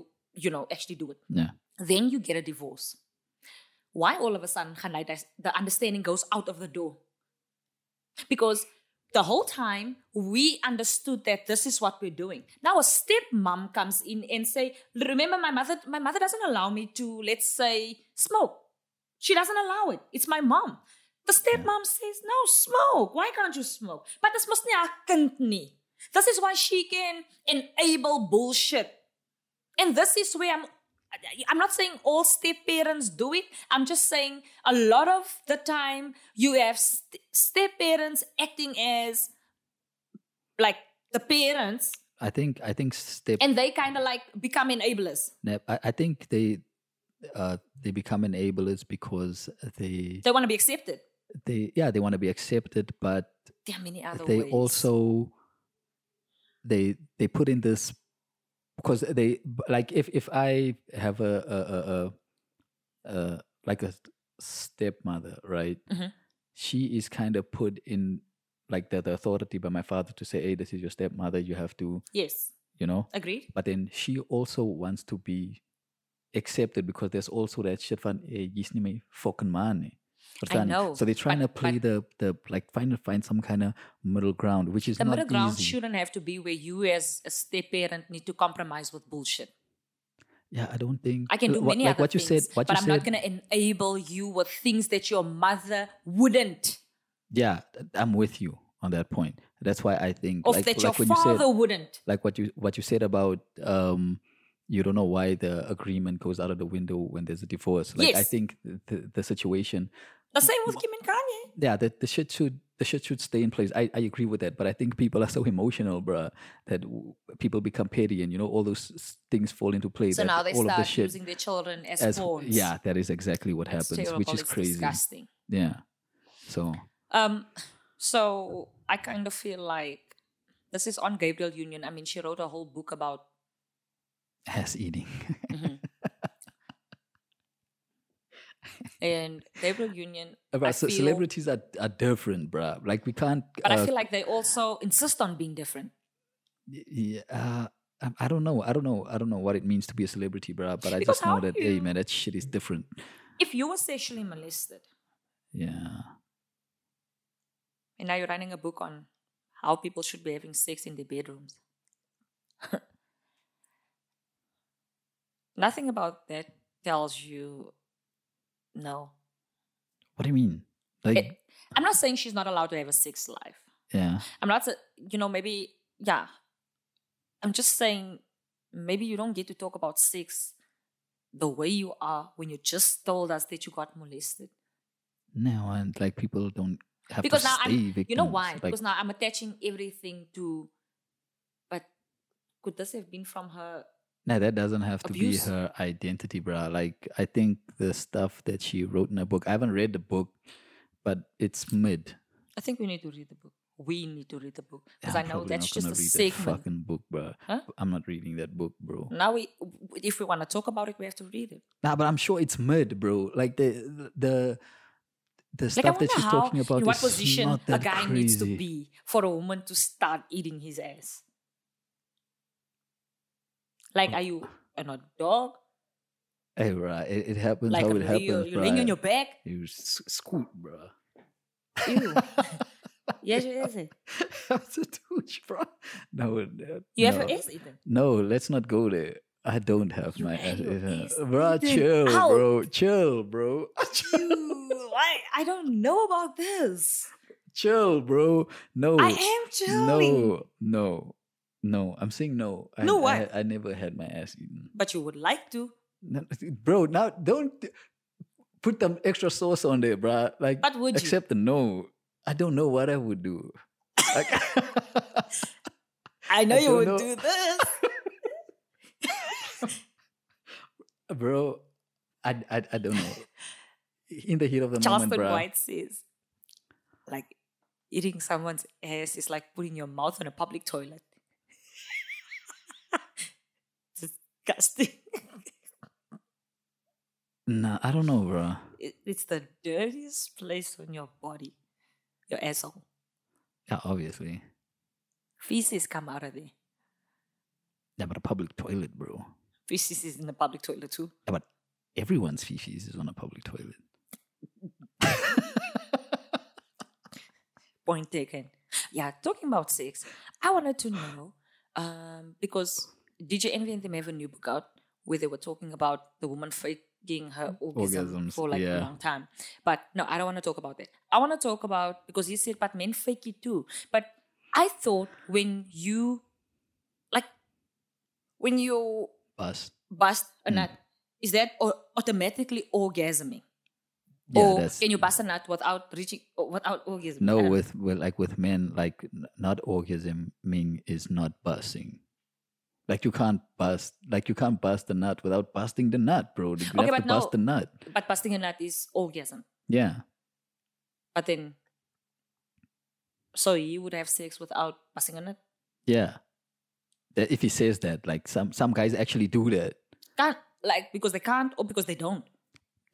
B: you know actually do it.
C: Yeah,
B: Then you get a divorce. Why all of a sudden gaan hy dis- the understanding goes out of the door? Because the whole time we understood that this is what we're doing. Now a stepmom comes in and say, "Remember, my mother, my mother doesn't allow me to, let's say, smoke. She doesn't allow it. It's my mom." The stepmom says, "No, smoke. Why can't you smoke?" But this must nie haar kind nie. This is why she can enable bullshit. And this is where I'm I'm not saying all step parents do it. I'm just saying a lot of the time you have st- step parents acting as like the parents
C: I think I think step
B: and they kind of like become enablers.
C: nap- I, I think they uh they become enablers because they
B: They want to be accepted.
C: they yeah they want to be accepted but
B: There are many other
C: they
B: ways.
C: also they they put in this because they b- like if if i have a a a, a, a like a s- stepmother right
B: Mhm.
C: she is kind of put in like the, the authority by my father to say hey this is your stepmother you have to
B: yes,
C: you know
B: agreed.
C: but then she also wants to be accepted because there's also that shit van eh, jy's nie my fucking man nie." Verstaan jy?
B: know,
C: So they're trying
B: but-
C: to play
B: but-
C: the the like find find some kind of middle ground, which is
B: The
C: not
B: middle ground
C: easy.
B: shouldn't have to be where you as a step parent need to compromise with bullshit.
C: Yeah, I don't think
B: I can do
C: like what-
B: many
C: like
B: other
C: what you
B: things,
C: said. What
B: but
C: you
B: I'm
C: said.
B: not going to enable you with things that your mother wouldn't,
C: Yeah, th- I'm with you on that point. That's why I think
B: or
C: like,
B: that
C: like
B: your
C: when you
B: father
C: said
B: wouldn't.
C: like what you what you said about um you don't know why the agreement goes out of the window when there's a divorce. Like I
B: Yes.
C: think the, the, the situation
B: The same with Kim and Kanye.
C: yeah, the, the shit should the shit should stay in place. I, I agree with that, but I think people are so emotional, bruh, that w- people become petty, and you know all those s- things fall into play.
B: So
C: that
B: now they
C: all of the
B: start
C: shit
B: using their children as,
C: as
B: pawns.
C: yeah, that is exactly what
B: It's
C: happens, which
B: terrible,
C: is
B: it's
C: crazy.
B: disgusting.
C: Yeah, so
B: Um, so I kind of feel like this is on Gabriel Union. I mean, she wrote a whole book about
C: ass
B: *laughs*
C: eating.
B: Mm-hmm. and Gabriel Union. I
C: Bruh, ce-
B: feel-
C: celebrities are, are different, bruh. Like we can't.
B: but I
C: uh,
B: feel like they also insist on being different.
C: yeah, uh, I- I don't know. I don't know. I don't know what it means to be a celebrity, bruh. But I
B: Because
C: just know
B: how do
C: that hey,
B: you-
C: man, that shit is different.
B: If you were sexually molested
C: Yeah.
B: and now you're writing a book on how people should be having sex in their bedrooms, *laughs* nothing about that tells you no.
C: What do you mean? Like,
B: It- I'm not saying she's not allowed to have a sex life.
C: yeah.
B: I'm not, sa- you know, maybe, yeah. I'm just saying, maybe you don't get to talk about sex the way you are when you just told us that you got molested.
C: No, and like people don't have
B: because
C: to
B: now
C: stay
B: I'm, you know
C: victims,
B: why?
C: Mm, like-
B: because now I'm attaching everything to, but could this have been from her?
C: no, that doesn't have to
B: abuse.
C: be her identity, bruh. Like I think the stuff that she wrote in her book. I haven't read the book, but it's mid.
B: I think we need to read the book. We need to read the book because
C: I'm
B: I know
C: probably
B: that's
C: not
B: just
C: gonna
B: a
C: read that
B: segment.
C: fucking book, bruh.
B: Huh? Mm.
C: I'm not reading that book, bro.
B: Now we, if we want to talk about it, we have to read it.
C: Nah, but I'm sure it's mid, bro. Like the the the
B: Like I
C: stuff that
B: wonder
C: she's
B: how,
C: talking about
B: in what
C: is
B: position
C: not
B: a
C: that
B: guy
C: crazy.
B: needs to be for a woman to start eating his ass. Like, are you an odd dog?
C: Hey, bruh, it, it happens
B: Like,
C: how
B: are
C: it happens,
B: you, you're laying on
C: bruh.
B: your back?
C: You s- scoot, bruh. *laughs*
B: Ew. yes, you is it.
C: That's a douche, bro. No, no,
B: You have
C: no.
B: your ass eaten.
C: No, let's not go there. I don't have
B: You
C: my
B: had
C: ass.
B: your
C: eaten.
B: ass
C: Bro,
B: eaten
C: chill,
B: out.
C: bro. Chill, bro. *laughs*
B: Ew, I, I don't know about this.
C: chill, bro. Oh, No.
B: I am chilling.
C: No, no, no. I'm saying no. I,
B: No,
C: I,
B: what?
C: I never had my ass eaten.
B: But you would like to.
C: No, bro, now don't put some extra sauce on there, bro. Like,
B: But would
C: except the no. I don't know what I would do.
B: *laughs*
C: Like- *laughs*
B: you? I know
C: I
B: you
C: don't
B: would
C: know. *laughs*
B: do this.
C: bro I, I i
B: *laughs*
C: don't know in the heat of the
B: Charleston
C: moment bro
B: White says, like, eating someone's ass is like putting your mouth on a public toilet. *laughs* Disgusting.
C: nah i don't know bro
B: It- it's the dirtiest place on your body, your asshole.
C: yeah obviously
B: Feces come out of there.
C: yeah but a public toilet bro
B: Feces is in the public toilet too.
C: yeah, but everyone's feces is on a public toilet
B: Point taken. Yeah, talking about sex, I wanted to know um, because DJ Envy and them have a new book out where they were talking about the woman faking her orgasm
C: Mm. Orgasms,
B: for like a
C: yeah.
B: long time. But no, I don't want to talk about that. I want to talk about because he said, but men fake it too. But I thought when you, like, when you
C: bus
B: bust a
C: Mm.
B: nut, is that au- automatically orgasming?
C: Yeah,
B: or
C: that's-
B: Oh, can you bust a nut without reaching without orgasm?
C: No,
B: I don't-
C: with well, like with men, like n- not orgasming is not busting. Like you can't bust, like you can't bust the nut without busting the nut, bro. You
B: Okay,
C: have
B: but
C: to bust the
B: no.
C: nut.
B: but busting a nut is orgasm.
C: Yeah,
B: But then, so you would have sex without busting a nut?
C: yeah. That if he says that, like some some guys actually do that
B: Can't like because they can't or because they don't.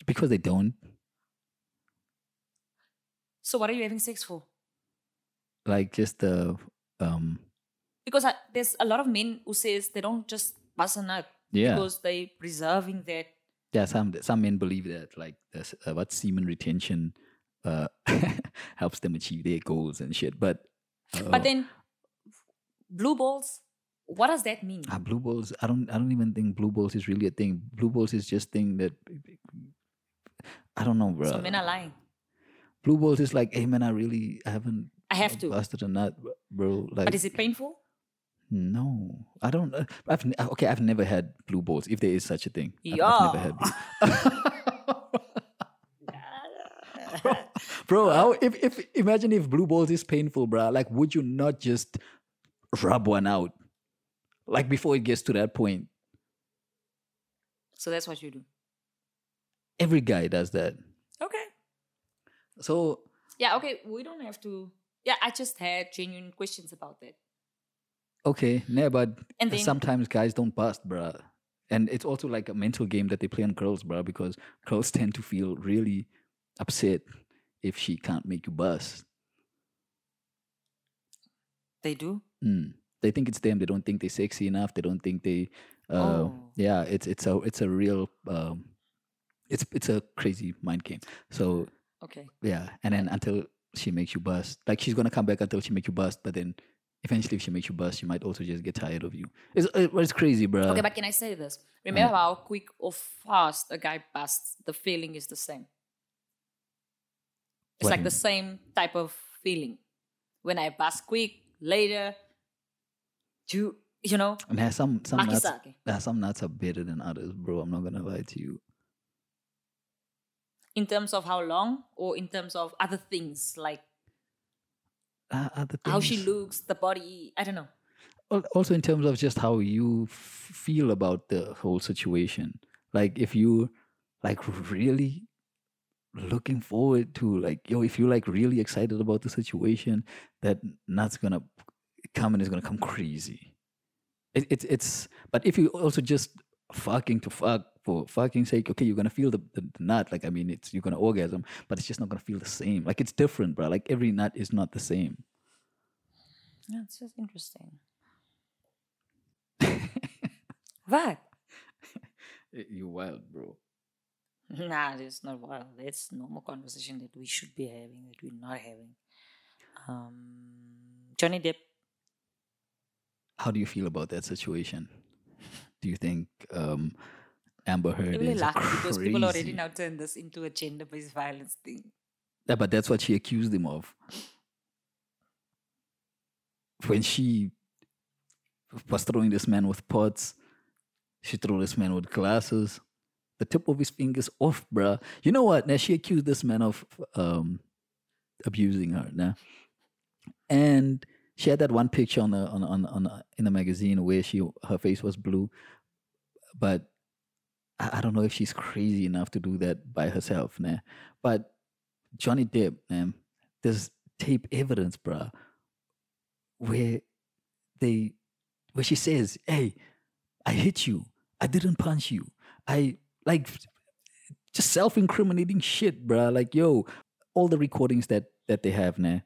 C: because they don't
B: So what are you having sex for?
C: like just the um
B: Because I, there's a lot of men who says they don't just bust a nut
C: yeah
B: because they preserving that.
C: yeah some some men believe that like this, uh, what semen retention uh *laughs* helps them achieve their goals and shit. But uh,
B: But then, blue balls. What does that mean?
C: Ah, blue balls. I don't. I don't even think blue balls is really a thing. Blue balls is just thing that I don't know, bro.
B: So men are lying.
C: blue balls is like, hey man, I really I haven't.
B: I have to.
C: Busted a nut, bro- bro. Like,
B: But is it painful?
C: no, I don't. uh, I've n- uh, okay. I've never had blue balls, if there is such a thing. I've- I've never had. blue- *laughs* bro, how if if imagine if blue balls is painful, bro. Like, would you not just rub one out, like before it gets to that point?
B: So that's what you do.
C: Every guy does that.
B: Okay.
C: So
B: Yeah. Okay. We don't have to. Yeah. I just had genuine questions about that.
C: Okay, yeah, but
B: And then-
C: sometimes guys don't bust, bruh. And it's also like a mental game that they play on girls, bruh, because girls *laughs* tend to feel really upset if she can't make you bust.
B: They do.
C: Mm. They think it's them. They don't think they're sexy enough. They don't think they. Uh,
B: Oh.
C: Yeah, it's it's a it's a real um, it's it's a crazy mind game. So
B: Okay.
C: yeah, and then until she makes you bust, like she's gonna come back until she make you bust, but then. Eventually, if she makes you bust, she might also just get tired of you. It's, it- it's crazy, bruh.
B: Okay, but can I say this? Remember how quick or fast a guy busts, the feeling is the same. It's
C: What
B: like
C: do
B: the
C: you
B: same type of feeling. When I bust quick, later, you you know,
C: Nah, some some nuts,
B: Makisake.
C: nah, some nuts are better than others, bro. I'm not gonna lie to you.
B: in terms of how long or in terms of other things like
C: Uh, other
B: how she
C: things-
B: looks, the body, I don't know.
C: Al- Also, in terms of just how you f- feel about the whole situation, like if you like really looking forward to like yo, if you're like really excited about the situation, that nuts gonna come and it's gonna come crazy. It, it's it's but if you also just fucking to fuck for fucking sake, okay, you're gonna feel the, the, the nut. Like I mean, it's you're gonna orgasm, but it's just not gonna feel the same. Like it's different, bro. Like every nut is not the same.
B: Yeah, it's just interesting. what?
C: Eh, You wild, bro.
B: *laughs* Nah, that's not wild. That's normal conversation that we should be having that we're not having. Um, Johnny Depp.
C: How do you feel about that situation? Do you think um, Amber Heard
B: They really
C: is
B: laugh
C: crazy?
B: because people already now turn this into a gender-based violence thing.
C: Yeah, but that's what she accused him of when she was throwing this man with pots. She threw this man with glasses. The tip of his fingers off, bruh. You know what? Now she accused this man of um, abusing her. Now, and she had that one picture on the on on, on in the magazine where she her face was blue, but I, I don't know if she's crazy enough to do that by herself. Nah, but Johnny Depp, man, there's tape evidence, bruh, where they where she says, "Hey, I hit you. I didn't punch you. I like just self-incriminating shit, bruh. Like, yo, all the recordings that that they have, nah.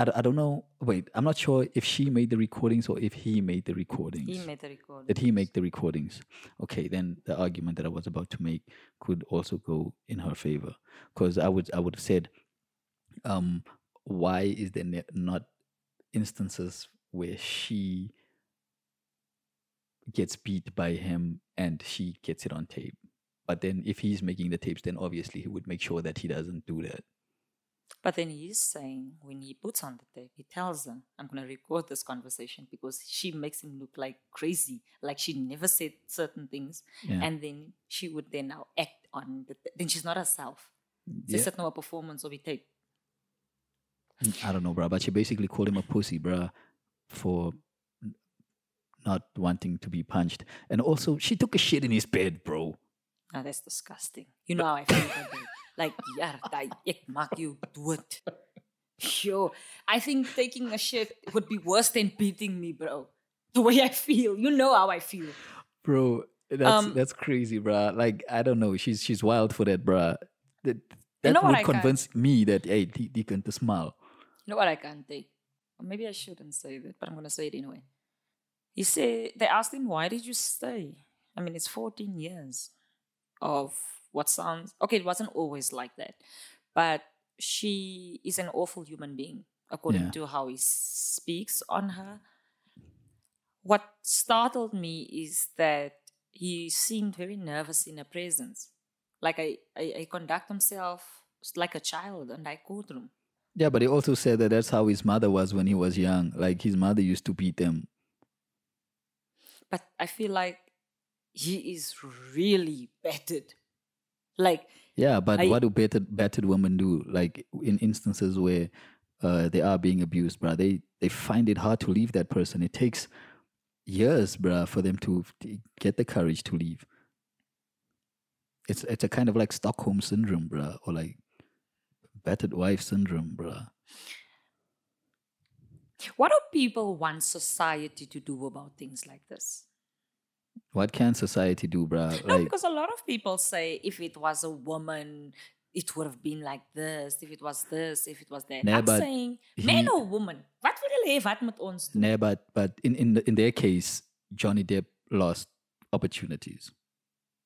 C: I, d- I don't know. Wait, I'm not sure if she made the recordings or if he made the recordings.
B: He made the record.
C: Did he make the recordings? Okay, then the argument that I was about to make could also go in her favor, because I would I would have said, um, why is there ne- not instances where she gets beat by him and she gets it on tape? But then if he's making the tapes, then obviously he would make sure that he doesn't do that.
B: But then he's saying when he puts on the tape, he tells them, I'm going to record this conversation because she makes him look like crazy, like she never said certain things.
C: Yeah.
B: And then she would then now act on the ta- Then she's not herself.
C: Yeah.
B: It's not a performance of a tape.
C: I don't know, bruh. But she basically called him a pussy, bruh, for n- not wanting to be punched. And also, she took a shit in his bed, bro.
B: Now that's disgusting. You know how I feel about that. Like, *laughs* yeah, I ek maak you do it. Sure. I think taking a shit would be worse than beating me, bro. The way I feel. You know how I feel.
C: Bro, that's
B: Um,
C: that's crazy, bruh. Like I don't know. She's she's wild for that, bruh. That that
B: You know what
C: would
B: I got?
C: convince me that hey, he, he can smile.
B: You know what I can't take? Or maybe I shouldn't say that, but I'm gonna say it anyway. He said they asked him why did you stay? I mean it's 14 years of what sounds okay, it wasn't always like that. But she is an awful human being, according
C: Yeah.
B: to how he speaks on her. What startled me is that he seemed very nervous in her presence. Like I, I, I conduct himself like a child in that courtroom.
C: Yeah, but he also said that that's how his mother was when he was young. Like his mother used to beat him.
B: but I feel like he is really battered. Like,
C: Yeah, but
B: I-
C: what do battered battered women do? Like in instances where uh, they are being abused, bruh, they they find it hard to leave that person. It takes years, bruh, for them to to get the courage to leave. It's it's a kind of like Stockholm syndrome, bruh, or like battered wife syndrome, bruh.
B: what do people want society to do about things like this?
C: What can society do, bruh?
B: *laughs* No,
C: Like
B: because a lot of people say if it was a woman, it would have been like this. If it was this, if it was that.
C: Nee,
B: I'm
C: but
B: saying,
C: he-
B: man or woman, what wil hulle hê wat met ons doen?
C: nah, but but in in the- in their case, Johnny Depp lost opportunities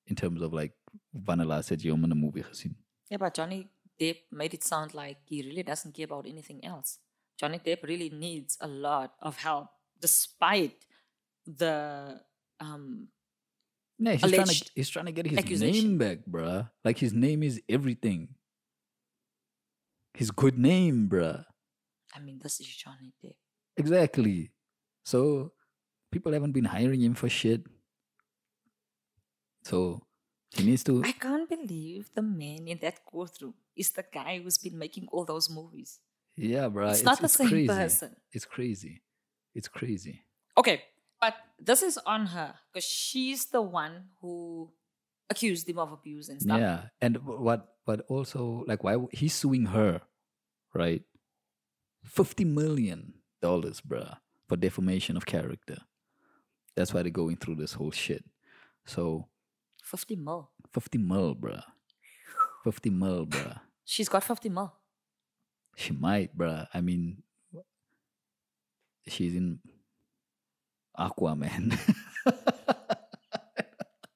C: in terms of like Vanilla said, "Jy hom in 'n movie gesien."
B: Yeah, but Johnny Depp made it sound like he really doesn't care about anything else. Johnny Depp really needs a lot of help, despite the um,
C: No, he's trying, to,
B: alleged
C: he's trying to get his name
B: accusation.
C: back, bruh. Like his name is everything. His good name, bruh.
B: I mean, this is Johnny Depp.
C: Exactly. So people haven't been hiring him for shit. So he needs to.
B: I can't believe the man in that courtroom is the guy who's been making all those movies.
C: yeah, bruh.
B: Uh, it's not the same
C: crazy.
B: person.
C: It's crazy. It's crazy.
B: Okay, but this is on her because she's the one who accused him of abuse and stuff.
C: Yeah, and wh- what? But also, like, why w- he's suing her, right? Fifty million dollars, bruh, for defamation of character. That's why they're going through this whole shit. So
B: 50 mil.
C: fifty mil, bruh. Fifty mil, bruh.
B: She's got 50 mil. *laughs*
C: She might, bruh. I mean, she's in Aquaman.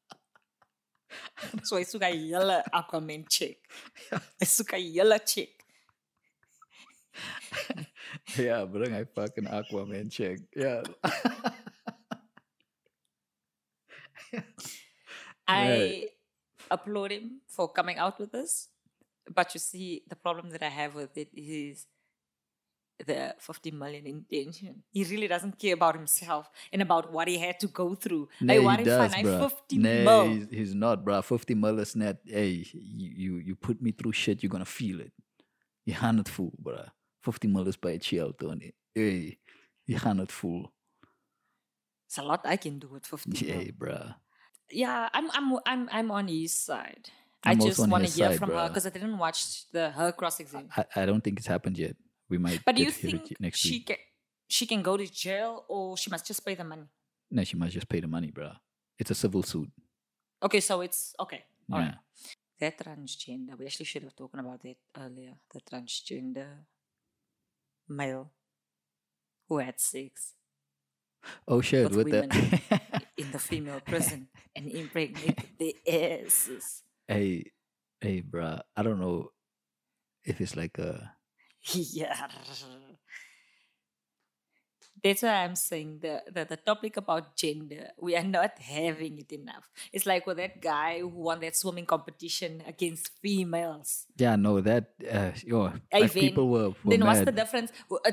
C: *laughs*
B: So I took a yellow Aquaman *laughs* check. I took a yellow check.
C: yeah, bring I *laughs* fucking Aquaman check. Yeah.
B: I applaud him for coming out with this. But you see, the problem that I have with it is the 50 million intention. He really doesn't care about himself and about what he had to go through.
C: Nee,
B: I want
C: he
B: him
C: does,
B: fun.
C: bruh.
B: I 50
C: nee,
B: mil.
C: He's, he's not, bruh. 50 mil is net. Hey, you, you, you put me through shit, you're gonna feel it. You gaan het voel, bruh. 50 mil is by a chill, Tony. Hey, you gaan het voel.
B: It's a lot I can do with 50 mil.
C: Hey, bruh.
B: Yeah, I'm I'm I'm I'm on his side. i
C: I'm also
B: just
C: on
B: want to
C: his
B: hear
C: side,
B: from her
C: bruh.
B: because I didn't watch the her cross exam.
C: I, I don't think it's happened yet. We might
B: But do
C: get
B: you
C: to hear it
B: think
C: y- next
B: she
C: week.
B: can she can go to jail or she must just pay the money?
C: No, she might just pay the money, bruh. It's a civil suit.
B: Okay, so it's okay. All
C: yeah.
B: right. That transgender, we actually should have talked about that earlier. The transgender male who had sex
C: Oh shit,
B: With
C: with the
B: in the female prison and impregnated their asses.
C: *laughs* Hey, hey, bruh. I don't know if it's like a
B: Yeah. That's why I'm saying the, the, the topic about gender, we are not having it enough. It's like with that guy who won that swimming competition against females.
C: Yeah, no, that uh, yo,
B: Hey,
C: like
B: Vin,
C: people were, were
B: then what's
C: mad.
B: the difference w- uh,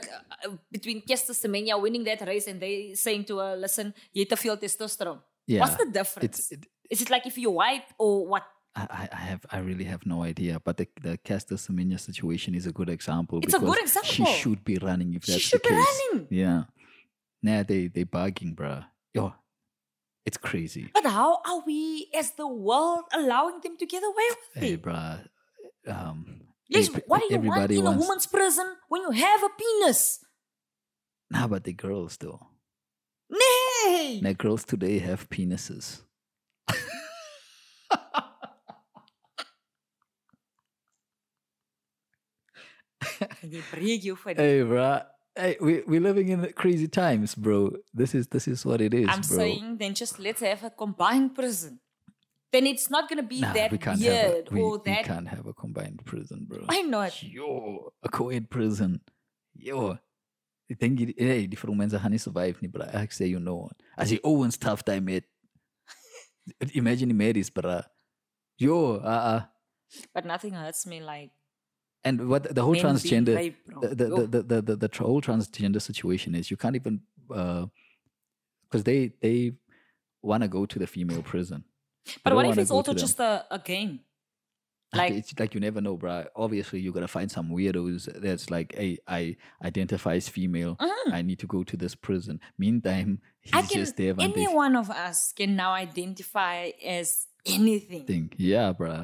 B: uh, between Kester Semenya winning that race and they saying to her, listen, you have to feel testosterone?
C: yeah,
B: What's the difference?
C: it's it,
B: Is it like if you're white or what?
C: I, I- I have I really have no idea, but the the Castor Semenya situation is a good example.
B: It's a good
C: because She
B: example.
C: should be running if
B: She
C: that's
B: should
C: the
B: be
C: case.
B: running.
C: Yeah, nah, they they bugging, bruh. Yo, it's crazy.
B: But how are we as the world allowing them to get away with
C: Hey,
B: it?
C: bruh. Um,
B: Yes,
C: ev-
B: what do you want
C: everybody
B: in a
C: wants-
B: woman's prison when you have a penis?
C: Nah, but the girls though.
B: Nay!
C: Now, girls today have penises.
B: Jy breek jou vir
C: Hey, bruh. Hey, we we're living in crazy times, bro. This is this is what it is,
B: I'm
C: bro.
B: saying then just let's have a combined prison. Then it's not gonna be
C: nah,
B: that
C: we can't
B: weird
C: have a, we,
B: or
C: we
B: that
C: can't have a combined prison,
B: *laughs*
C: bro.
B: why not?
C: Yo, a co-ed prison. Yo. I think it, hey, die mense gaan nie survive nie, bro. Ek sê you know what. As jy Owens tough time met. *laughs* Imagine die medies, bro. Yo, uh uh.
B: But nothing hurts me like
C: And what the whole
B: men being
C: transgender
B: raped, bro.
C: the the,
B: Oh,
C: the, the, the, the, the tra- whole transgender situation is you can't even because they they want to go to the female prison They
B: but
C: don't
B: what if
C: wanna
B: it's
C: go
B: also
C: to them.
B: just a, a
C: *laughs*
B: game? *laughs*
C: like,
B: like-
C: it's like you never know bruh obviously you're gonna find some weirdos that's like hey i identify as female
B: Mhm.
C: i need to go to this prison meantime he's
B: I can
C: just there and
B: any one of us can now identify as anything.
C: thing yeah bruh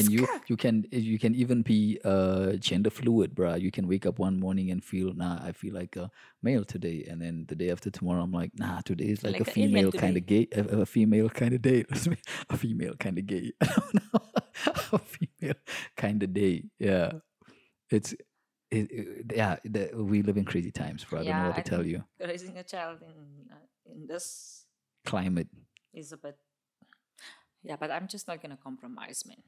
C: and you
B: Skak.
C: you can eh, you can even be uh gender fluid bruh you can wake up one morning and feel nah i feel like a male today and then the day after tomorrow i'm like nah today is like,
B: Like
C: a
B: an alien
C: female kind of gay a, a female kind of day *laughs* a female kind of gay *laughs* a female kind of day yeah it's it, it- yeah the, we live in crazy times bro i don't
B: Yeah,
C: know what
B: I
C: to tell
B: think-
C: you
B: Raising a child in uh, in this
C: climate
B: is a bit yeah, but I'm just not gonna compromise, man.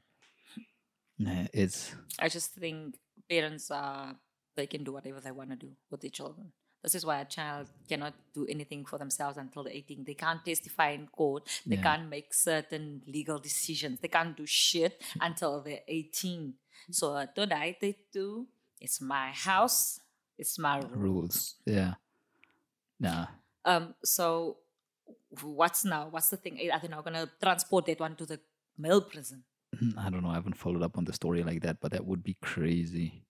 C: nah, it's
B: I just think parents are they can do whatever they want to do with their children. This is why a child cannot do anything for themselves until they're 18. They can't testify in court. They
C: Yeah.
B: can't make certain legal decisions. They can't do shit
C: Mm.
B: until they're 18. So uh, don't I take to? It's my house. It's my rules.
C: rules yeah nah
B: Um. So what's now? What's the thing? Eh, Are they now gonna transport that one to the male prison?
C: Mm, I don't know. I haven't followed up on the story like that, but that would be crazy.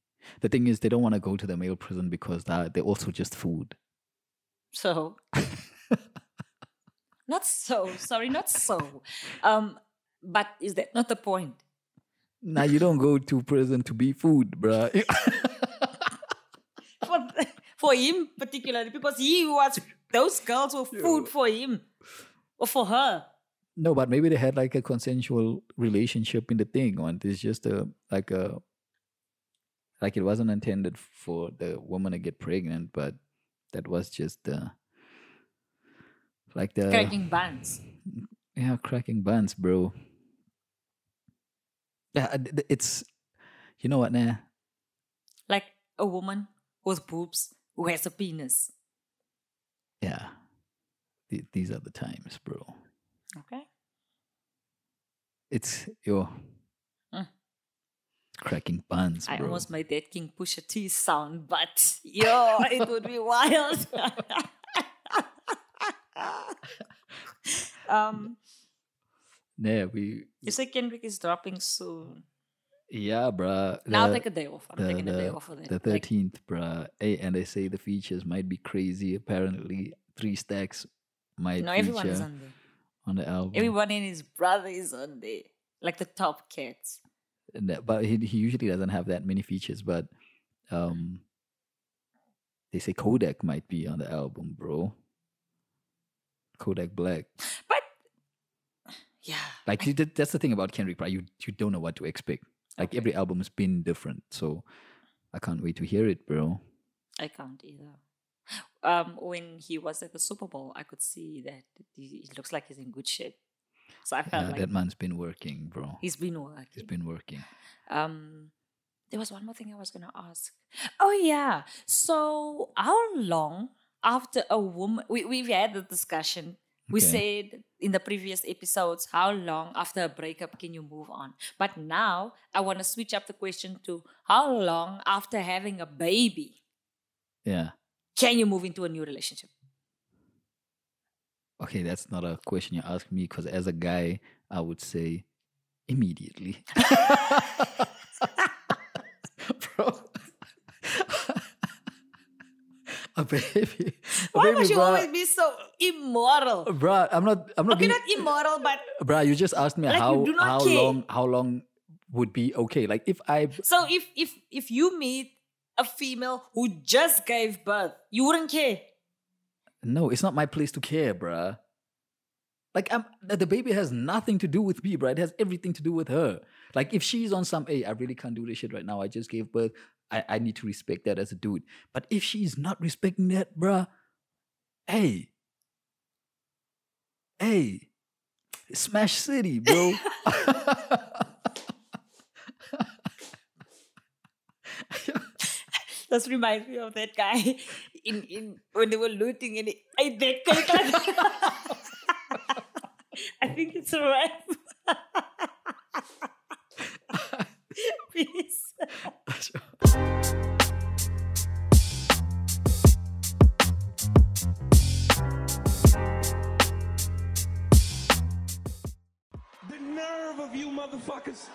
C: The thing is, they don't want to go to the male prison because that they're also just food.
B: So,
C: *laughs*
B: not so. Sorry, not so. Um, but is that not the point?
C: Now you don't go to prison to be food, bruh. *laughs*
B: For, for him particularly, because he was those girls were food for him or for her.
C: no, but maybe they had like a consensual relationship in the thing, and it's just a like a like it wasn't intended for the woman to get pregnant, but that was just uh, like the
B: Cracking buns.
C: Yeah, cracking buns, bro. Yeah, I- th- it's you know what, nah.
B: Like a woman with boobs who has a penis.
C: Yeah, Th- these are the times, bro.
B: Okay.
C: It's yo
B: Mm.
C: cracking buns, bro.
B: I almost made that King Pusha T sound, but yo, it would be wild. *laughs* um
C: yeah, we
B: You say Kendrick is dropping soon.
C: yeah, bruh.
B: Now I'll
C: the-
B: take a day off. I'm
C: the-
B: taking a day
C: the-
B: off for that.
C: the
B: Like,
C: thirteenth, bruh. Hey, and they say the features might be crazy. Apparently, three stacks might
B: no,
C: feature
B: everyone is on there.
C: on the album.
B: Everyone and his brother is on there. Like the top cats.
C: and that- but he, he usually doesn't have that many features but um they say kodak might be on the album bro kodak black
B: But yeah.
C: like you, that- that's the thing about kendrick right you you don't know what to expect like
B: Okay.
C: every album has been different so i can't wait to hear it bro
B: I can't either. Um, when he was at the Super Bowl, I could see that he, he looks like he's in good shape. So I felt
C: Yeah,
B: like
C: Uh, that man's been working bro
B: he's been
C: he's
B: working.
C: been working
B: Um, there was one more thing I was gonna ask. Oh yeah. So how long after a woman, we, we've had the discussion. We
C: Okay.
B: said in the previous episodes, how long after a breakup can you move on? But now I want to switch up the question to how long after having a baby
C: Yeah.
B: can you move into a new relationship?
C: Okay, that's not a question you ask me because as a guy, I would say immediately. *laughs* Bro. *laughs* a baby. a
B: Why
C: baby,
B: must you
C: bro. Uh,
B: always be so immoral?
C: Bruh, I'm not. I'm not.
B: Okay,
C: being,
B: not immoral, but
C: bruh, you just asked me
B: Like, you
C: how
B: do not
C: how
B: care.
C: long how long would be okay. Like if I
B: so if if if you meet a female who just gave birth, you wouldn't care.
C: no, it's not my place to care, bruh. Like I'm, the the baby has nothing to do with me, bruh. It has everything to do with her. Like if she's on some, hey, I really can't do this shit right now. I just gave birth. I, I need to respect that as a dude. But if she's not respecting that, bruh, hey, hey, smash city, bro.
B: Just reminds me of that guy *laughs* in, in when they were looting and he ate that cake. *laughs* I think it's a wrap. *laughs* Peace.
D: The nerve of you motherfuckers.